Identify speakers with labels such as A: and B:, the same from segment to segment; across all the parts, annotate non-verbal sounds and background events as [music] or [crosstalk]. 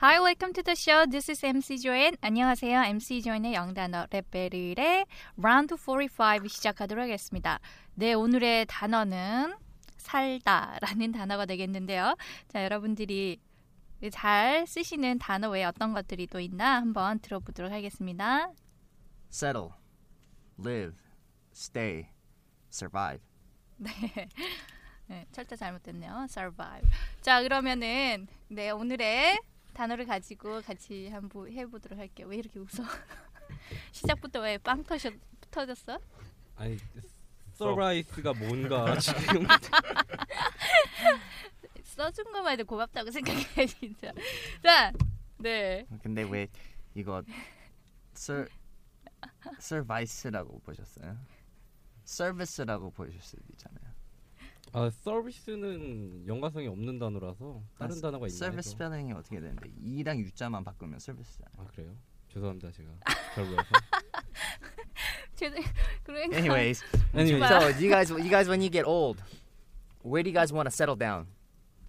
A: Hi, welcome to the show. This is MC Joanne. 안녕하세요. MC Joanne의 영단어 랩벨의 라운드 45 시작하도록 하겠습니다. 네, 오늘의 단어는 살다라는 단어가 되겠는데요. 자, 여러분들이 잘 쓰시는 단어 외에 어떤 것들이 또 있나 한번 들어보도록 하겠습니다.
B: settle, live, stay, survive.
A: 네, 철자 잘못됐네요. survive. 자, 그러면은 네, 오늘의 단어를 가지고 같이 한번 해보도록 할게요. 왜 이렇게 웃어? [laughs] 시작부터 왜 빵 터졌, 터졌어?
C: 아니 서라이스가 뭔가 [laughs] 지금
A: 써준 것만 해도 고맙다고 생각해 [laughs] 진짜. 자, 네.
B: 근데 왜 이거 sur service라고 보셨어요? service라고 보실 수도 있잖아요.
C: 아 서비스는 연관성이 없는 단어라서 다른
B: 아,
C: 단어가 있나
B: service
C: 해서
B: 스펠링이 어떻게 되는데 이랑 유자만 바꾸면 service잖아요.
C: 아 그래요? 죄송합니다 제가 잘 몰라서
A: 죄송. 그러니까
C: [laughs]
B: Anyways,
C: Anyway,
A: Wow.
B: so you guys, you guys, when you get old, where do you guys want to settle down?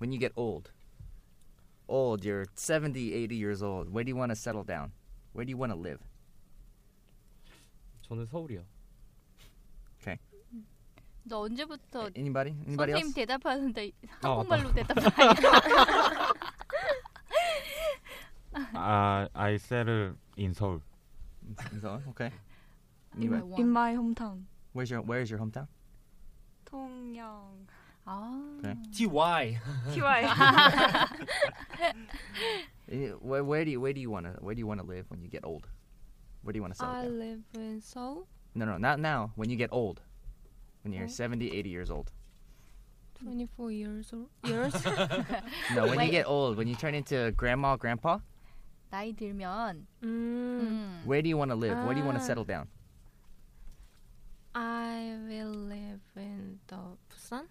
B: When you get old, old, you're 70, 80 years old. Where do you want to settle down? Where do you want to live?
C: 저는 서울이요
A: 너 언제부터
B: Anybody? Anybody
A: 선생님
B: else?
A: 대답하는데
C: 아,
A: 한국말로 대답하냐?
D: 아, I settle in 서울.
B: So, okay.
A: In my
B: Anyway,
A: one.
E: In my hometown.
B: where's your Where's your hometown?
E: 통영.
A: 아,
B: 그래.
F: TY.
E: TY.
B: Eh, Where, where do you Where do you want to Where do you want to live when you get old? Where do you want to settle
E: I
B: down?
E: live in Seoul.
B: No, no, not now. When you get old, when you're 70, 80 years old.
E: 24 years old. Years?
B: No, when
A: Wait.
B: you get old, when you turn into grandma, grandpa,
A: 나이 들면
E: 음.
A: 음,
B: where do you want to live? Where do you want
E: Ah.
B: to settle down?
E: I will live in the Busan.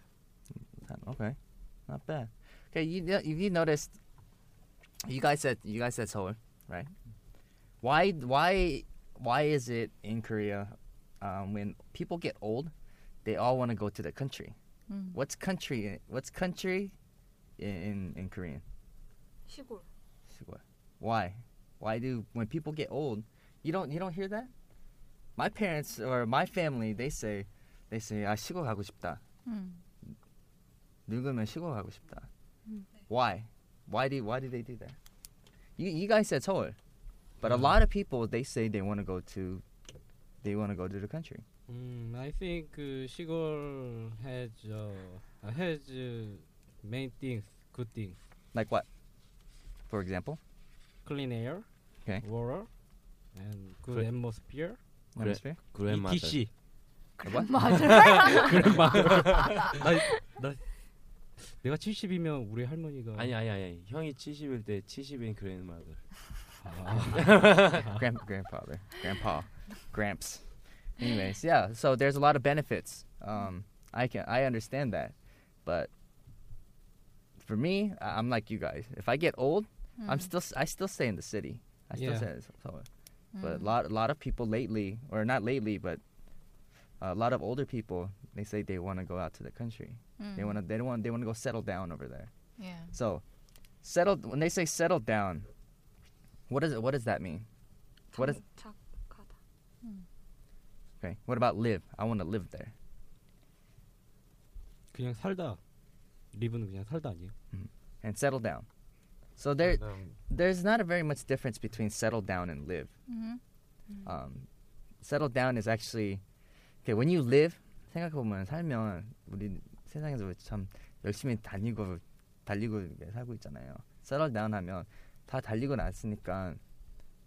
B: Okay, not bad. Okay, you know- if you noticed, you guys said you guys said Seoul, right? Why why why is it in Korea um, when people get old, they all want to go to the country?
A: 음.
B: What's country? in- What's country in in, in Korean?
E: 시골.
B: Siwa. Why? Why do when people get old, you don't you don't hear that? My parents or my family, they say they say 아 시골 가고 싶다.
A: 음.
B: 늙으면 시골 가고 싶다. Why? Why do why do they do that? You you guys said Seoul, but a lot of people they say they want to go to they want to go to the country.
C: 음, I think 그 시골 has uh, has main things, good things,
B: Like what? For example,
C: clean air,
B: Okay.
C: water, and good
G: 그래.
C: atmosphere.
G: 그래.
B: atmosphere.
G: 그랜마더.
C: ETC.
B: What?
C: 나, 나 내가 70이면 우리 할머니가
G: 아니 아니 아니 형이 70일 때 70인 그랜마더.
B: Grand, grandfather, grandpa, gramps. Anyways, yeah. So there's a lot of benefits. Um, I can I understand that, but for me, I- I'm like you guys. If I get old, I'm still s- I still stay in the city. I still
C: Yeah.
B: stay in Seoul. But a lot a lot of people lately, or not lately, but a lot of older people, they say they want to go out to the country.
A: Hmm.
B: They want to they don't want they want to go settle down over there.
A: 음. 예.
B: So, settle when they say settle down, what does it what does that mean? What is
E: 착하다.
B: Okay. What about live? I want to live there.
C: 그냥 살다. 리브는 그냥 살다 아니에요?
B: And settle down. So there,
D: And, um,
B: there's not a very much difference between settle down and live.
A: 음.
B: Um, settle down is actually okay. When you live, 생각해 보면 살면 우리 세상에서 참 열심히 다니고 달리고 이렇게 살고 있잖아요. Settle down 하면 다 달리고 났으니까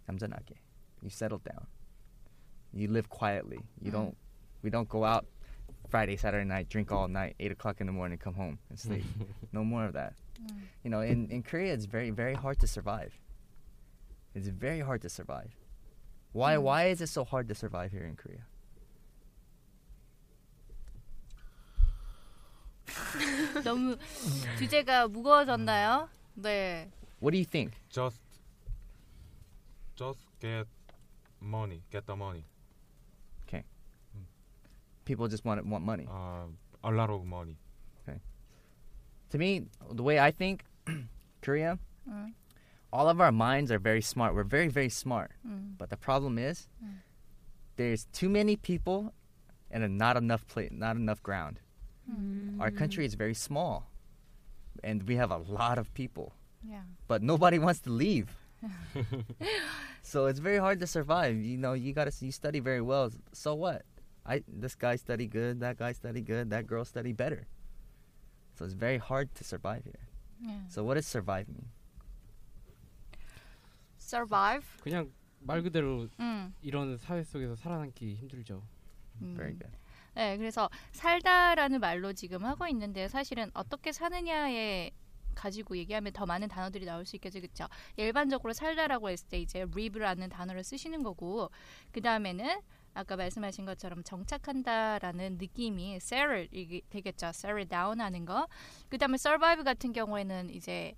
B: 얌전하게. You settle down. You live quietly. You
A: 음.
B: don't. We don't go out Friday, Saturday night, drink all night, eight o'clock in the morning, come home and sleep. no more of that.
A: 음.
B: You know, in, in Korea, it's very, very hard to survive. It's very hard to survive. Why, why is it so hard to survive here in Korea?
A: 너무 주제가 무거워졌나요? 네.
B: What do you think?
D: just just get money, get the money. Mm.
B: People just want want money.
D: Uh, a lot of money.
B: To me, the way I think, [clears throat] Korea,
A: Mm.
B: all of our minds are very smart. We're very, very smart.
A: 음.
B: But the problem is, there's too many people, and not enough pla- not enough ground. Our country is very small, and we have a lot of people.
A: Yeah.
B: but nobody wants to leave. so it's very hard to survive. You know, you gotta you study very well. So what? I this guy study good, that guy study good, that girl study better. So it's very hard to survive here.
A: Yeah.
B: So what does survive mean?
A: Survive.
C: 그냥 말 그대로
A: 음.
C: 이런 사회 속에서 살아남기 힘들죠.
A: 음.
B: Very good.
A: 네, 그래서 살다라는 말로 지금 하고 있는데 사실은 어떻게 사느냐에 가지고 얘기하면 더 많은 단어들이 나올 수 있겠죠, 그렇죠? 일반적으로 살다라고 했을 때 이제 live라는 단어를 쓰시는 거고 그 다음에는 아까 말씀하신 것처럼 정착한다라는 느낌이 settle 이게 되겠죠, settle down하는 거. 그 다음에 survive 같은 경우에는 이제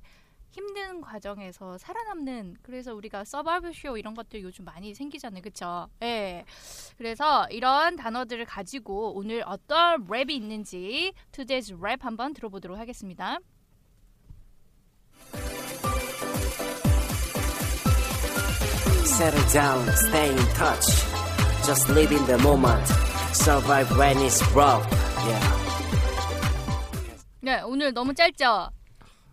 A: 힘든 과정에서 살아남는 그래서 우리가 서바이벌 쇼 이런 것들 요즘 많이 생기잖아요, 그렇죠? 예. 그래서 이런 단어들을 가지고 오늘 어떤 랩이 있는지 today's 랩 한번 들어보도록 하겠습니다.
H: Settle down, stay in touch. Just live in the moment. Survive when it's rough. Yeah.
A: 네, 오늘 너무 짧죠?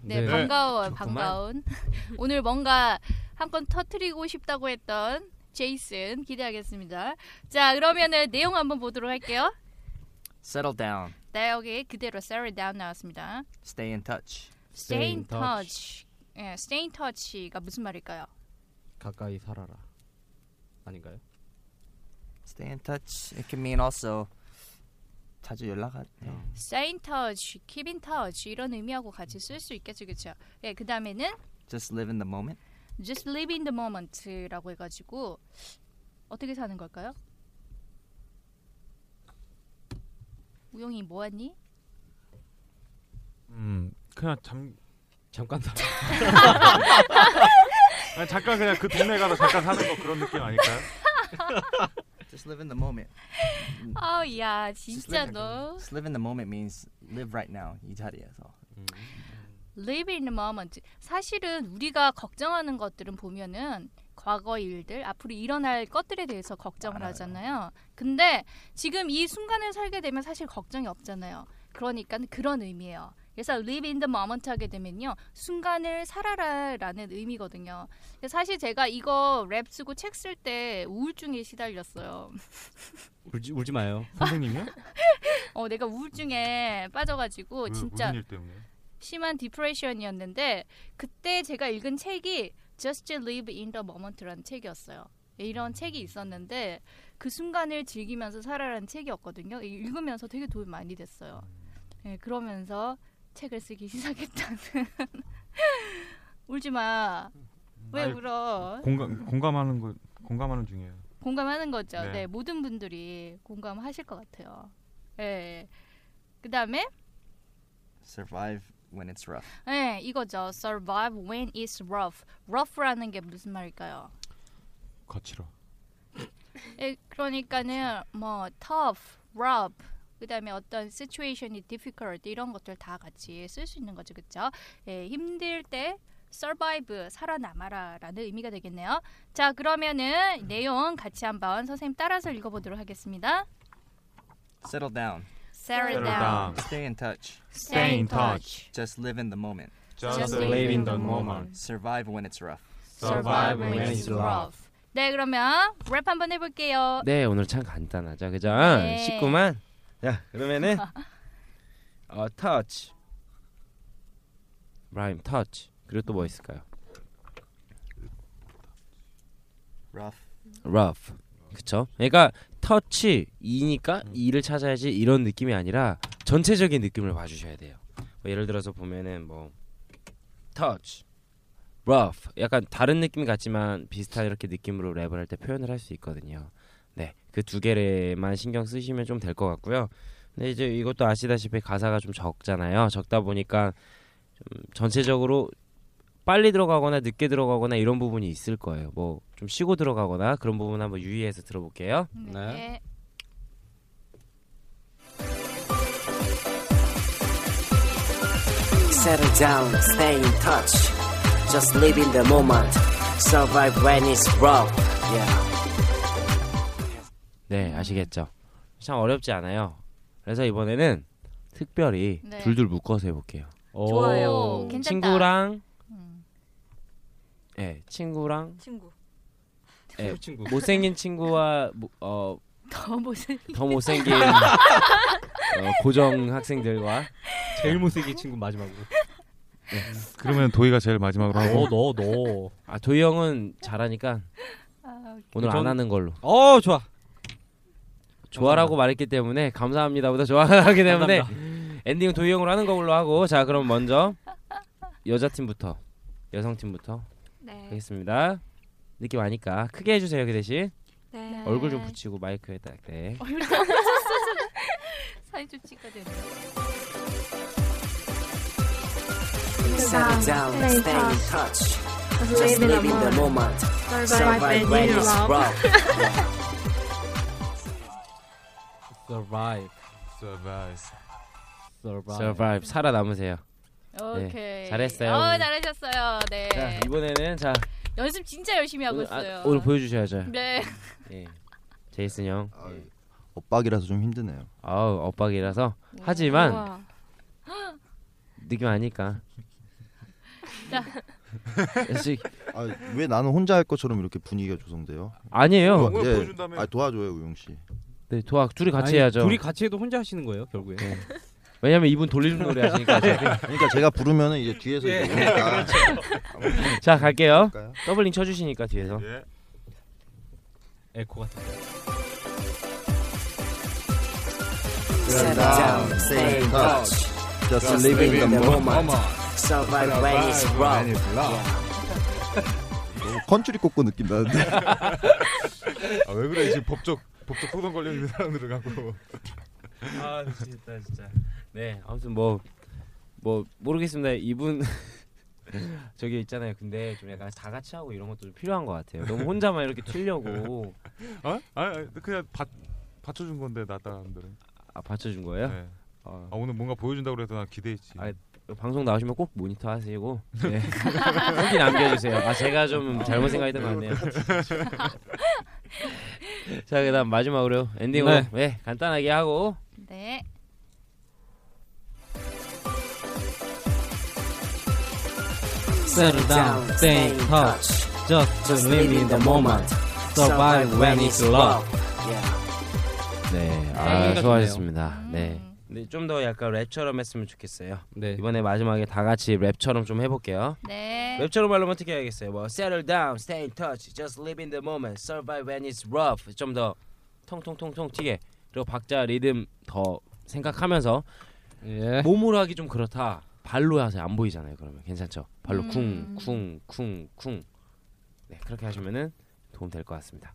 A: 네,
C: 네.
A: 반가워요, 반가운. [laughs] 오늘 뭔가 한 건 터트리고 싶다고 했던 제이슨 기대하겠습니다. 자, 그러면은 내용 한번 보도록 할게요.
B: Settle down.
A: 네, 여기 그대로 settle down 나왔습니다.
B: Stay in touch.
A: Stay
C: Stay
A: in
C: in
A: touch. 예, stay in touch가 무슨 말일까요?
C: 가까이 살아라. 아닌가요?
B: Stay in touch. It can mean also 자주 연락하.
A: Stay in touch, keep in touch 이런 의미하고 같이 쓸 수 있겠죠, 그렇죠? 예, 그 다음에는
B: Just live in the moment.
A: just live in the moment라고 해가지고 어떻게 사는 걸까요? 우영이 뭐하니?
D: 음, 그냥 잠
C: 잠깐 살아. [laughs]
D: 아니, 잠깐 그냥 그 동네 가서 잠깐 사는 거 그런 느낌 아닐까요?
B: Just live in the moment.
A: 아야
B: Just
A: 진짜
B: live in-
A: 너
B: Just live in the moment means live right now. 이 자리에서.
A: live in the moment 사실은 우리가 걱정하는 것들은 보면은 과거 일들 앞으로 일어날 것들에 대해서 걱정을
B: 많아요.
A: 하잖아요. 근데 지금 이 순간을 살게 되면 사실 걱정이 없잖아요. 그러니까 그런 의미예요. 그래서 live in the moment 하게 되면요. 순간을 살아라라는 의미거든요. 근데 사실 제가 이거 랩 쓰고 책 쓸 때 우울증에 시달렸어요.
C: 울지 울지 마요.
H: [laughs]
D: 선생님이요?
A: 어, 내가 우울증에 빠져가지고
D: 왜,
A: 진짜
D: 무슨 일 때문에?
A: 심한 디프레션이었는데 그때 제가 읽은 책이 Just Live in the Moment라는 책이었어요. 이런 책이
D: 음.
A: 있었는데 그 순간을 즐기면서 살아라는 책이었거든요. 이- 읽으면서 되게 도움이 많이 됐어요.
D: 음.
A: 예, 그러면서 책을 쓰기 [laughs] 시작했다는 울지 마. 왜
D: 아이,
A: 울어?
D: 공감 공감하는 거 공감하는 중이에요.
A: 공감하는 거죠. 네.
D: 네.
A: 모든 분들이 공감하실 것 같아요. 예. 그다음에
B: Survive when it's rough.
A: 네, 이거죠. Survive when it's rough. rough라는 게 무슨 말일까요?
D: 거칠어.
A: 예, 그러니까는 뭐 tough, rough, 그다음에 어떤 situation이 difficult 이런 것들 다 같이 쓸 수 있는 거죠, 그렇죠? 예, 힘들 때 survive 살아남아라라는 의미가 되겠네요. 자, 그러면은 내용 같이 한번 선생님 따라서 읽어보도록 하겠습니다.
B: Settle down.
D: Settle
A: Settle down,
D: down.
B: Stay in touch.
A: stay in touch.
B: Just live in the moment.
D: Just live in the moment.
B: Survive when it's rough.
D: Survive when it's rough.
A: 네, 그러면 랩 한번 해볼게요.
G: 네 오늘 참 간단하죠 그죠?
A: 어. 네.
G: 쉽구만 자 그러면은 어 터치 라임 터치 그리고 또 뭐 있을까요?
B: Rough.
G: rough 그쵸? 그러니까 터치 이니까 이를 찾아야지 이런 느낌이 아니라 전체적인 느낌을 봐주셔야 돼요 뭐 예를 들어서 보면은 뭐 touch rough 약간 다른 느낌 같지만 비슷한 이렇게 느낌으로 랩을 할 때 표현을 할 수 있거든요 네 그 두 개만 신경 쓰시면 좀 될 것 같고요 근데 이제 이것도 아시다시피 가사가 좀 적잖아요 적다 보니까 좀 전체적으로 빨리 들어가거나 늦게 들어가거나 이런 부분이 있을 거예요 뭐 좀 쉬고 들어가거나 그런 부분 한번 유의해서 들어볼게요
A: 네.
H: Settle down, stay in touch. Just live in the moment. Survive when it's rough. Yeah.
A: 음.
G: 네 아시겠죠 참 어렵지 않아요 그래서 이번에는 특별히
A: 네.
G: 둘둘 묶어서 해볼게요
A: 좋아요. 괜찮다.
G: 친구랑
A: 음.
G: 예 친구랑
E: 친구.
G: 예,
C: 친구.
G: 못생긴 친구와 뭐, 어,
A: 더 못생.
G: 더
A: [laughs]
G: 못생긴 어, 고정 학생들과
I: 제일 못생긴 친구 마지막으로.
D: 그러면 도희가 제일 마지막으로
C: 아,
D: 하고
I: 너, 너, 너.
G: 아 도희 형은 잘하니까
A: 아, 오케이.
G: 오늘 안
I: 전-
G: 하는 걸로
I: 어, 좋아.
G: 좋아라고 말했기 때문에 감사합니다보다 좋아하기
C: 네,
G: 때문에
I: 감사합니다.
G: 엔딩은 도희 형으로 하는 걸로 하고 자 그럼 먼저 여자 팀부터 여성 팀부터
E: 네.
G: 하겠습니다. 느낌 아니까 크게 해주세요 여기 대신
E: 네.
G: 얼굴 좀 붙이고 마이크에 딱 네.
A: 얼굴 다 붙였어. 사이 좀 찍어야 되
H: Settle down, stay in touch. Just live in the moment. Survive when it's [laughs] rough.
C: survive,
D: Survive.
C: survive.
G: Survive 살아남으세요. 네,
A: 오케이.
G: 잘했어요,
A: 어,
G: 오늘.
A: 잘하셨어요. 네.
G: 자 이번에는 자
A: 연습 진짜 열심히 하고
G: 오늘,
A: 있어요.
G: 아, 오늘 보여주셔야죠.
A: 네.
G: 예. 제이슨 형. 예.
J: 엇박이라서 좀 힘드네요.
G: 아우 엇박이라서
A: 네.
G: 하지만
E: 우와.
G: 느낌 아니까.
A: [laughs] 자.
G: 역시
K: 아, 왜 나는 혼자 할 것처럼 이렇게 분위기가 조성돼요?
C: 뭐,
G: 아니에요.
K: 예.
D: 보여준다며.
K: 아, 도와줘요, 우영 씨.
G: 네 도와 둘이 같이
C: 아니,
G: 해야죠.
C: 둘이 같이 해도 혼자 하시는 거예요, 결국에.
G: 왜냐면 이분 돌리는 노래 하시니까.
C: 네.
G: 제가.
K: 그러니까 제가 부르면은 이제 뒤에서
D: 예.
K: 이제 오니까.
G: 자 갈게요.
K: 그럴까요?
G: 더블링 쳐주시니까 뒤에서.
D: 예.
C: [laughs] 에코 같은.
H: Settle down, stay in touch.
K: Just
H: Just
K: live
H: live
K: in the
H: in the
K: moment.
H: moment. Survive when it's rough.
K: 너무 컨츄리 꼬꼬 느낌 나는데.
D: 아, 왜 그래 지금 법적 법적 소송 걸려 있는 사람들을 갖고.
G: 아 진짜 진짜. 네 아무튼 뭐 뭐 모르겠습니다 이분 [laughs] 저기 있잖아요 근데 좀 약간 다 같이 하고 이런 것도 좀 필요한 것 같아요 너무 혼자만 이렇게 튀려고
D: 어? 아, 그냥 받 받쳐준 건데 나 사람들은.
G: 아 받쳐준 거예요?
D: 네.
G: 어,
D: 아 오늘 뭔가 보여준다고 그래서 난 기대했지.
G: 아, 방송 나오시면 꼭 모니터 하시고 네. 후기 남겨주세요 아 제가 좀 잘못 생각했던 것 같네요 [laughs] 자 그다음 마지막으로 엔딩으로
C: 네.
G: 네 간단하게 하고
A: 네.
H: Settle down, stay in touch. Just live in the moment. Survive when it's rough. Yeah.
G: 네아
C: 아,
G: 수고하셨습니다 네
A: 음.
G: 근데 좀 더 약간 랩처럼 했으면 좋겠어요
C: 네.
G: 이번에 마지막에 다 같이 랩처럼 좀 해볼게요.
A: 네.
G: 랩처럼 말로만 어떻게 해야겠어요? 뭐 settle down, stay in touch, just live in the moment, survive when it's rough. 좀 더 통통통통 튀게 그리고 박자 리듬 더 생각하면서
C: 예.
G: 몸으로 하기 좀 그렇다. 발로 하세요. 안 보이잖아요. 그러면 괜찮죠? 발로
A: 음.
G: 쿵쿵쿵쿵 쿵. 네 그렇게 하시면은 도움 될 것 같습니다.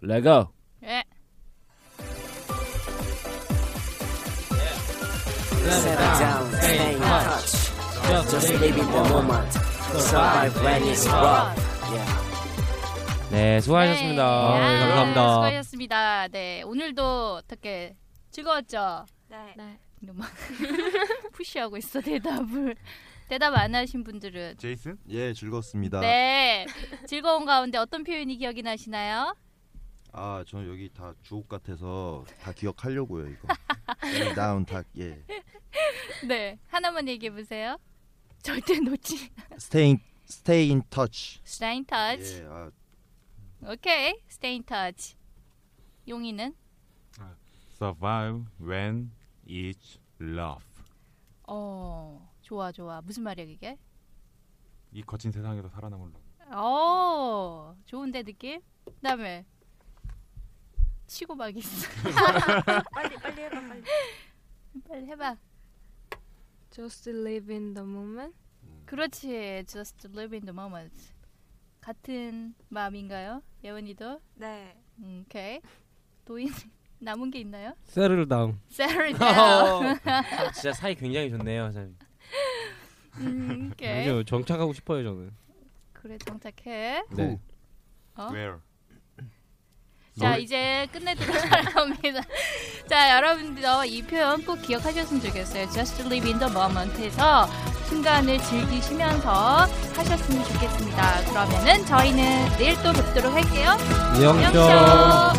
G: 레고.
A: 예.
H: Settle down, stay in touch. Just live in the moment. Survive when it's rough. Yeah.
G: 네
A: 네.
G: 수고하셨습니다.
A: 아,
C: 감사합니다.
A: 수고하셨습니다. 네. 오늘도 어떻게 즐거웠죠?
E: 네. 네.
A: 이놈아. 푸시하고 있어 대답을. 대답 안 하신 분들은
D: [laughs] 제이슨?
K: 예, 즐거웠습니다.
A: 네. 즐거운 가운데 어떤 표현이 기억이 나시나요?
K: 아, 저는 여기 다 주옥 같아서 다 기억하려고요, 네, 이거. Settle down, 다 예.
A: 네. 하나만 얘기해 보세요. 절대 놓지.
J: Stay in, stay in touch.
A: Stay in touch.
K: 예, 아,
A: 오케이. Stay in touch. 용이는
D: Survive when it's love.
A: 어 좋아 좋아 무슨 말이야 그게?
D: 이 거친 세상에서 살아남으려고.
A: 어 좋은데 느낌? 그다음에 치고 막 있어.
E: [laughs] 빨리 빨리 해봐 빨리.
A: 빨리 해봐.
E: Just live in the moment.
A: 그렇지. Just live in the moment. 같은 마음인가요? 예원이도?
E: 네.
A: 음, 오케이. 도인 [laughs] 남은 게 있나요?
I: Settle down.
G: [laughs]
A: Settle
G: 어,
A: down.
G: 아, 진짜 사이 굉장히 좋네요, 선생님.
A: 음, 오케이.
I: 아니요 정착하고 싶어요 저는.
A: 그래 정착해.
I: 네.
A: 어?
D: Where?
A: 자
I: 뭘-
A: 이제 끝내도록 합니다. [laughs] 자 여러분도 이 표현 꼭 기억하셨으면 좋겠어요. Just live in the moment에서 순간을 즐기시면서 하셨으면 좋겠습니다. 그러면은 저희는 내일 또 뵙도록 할게요.
I: 영점.
A: 영점.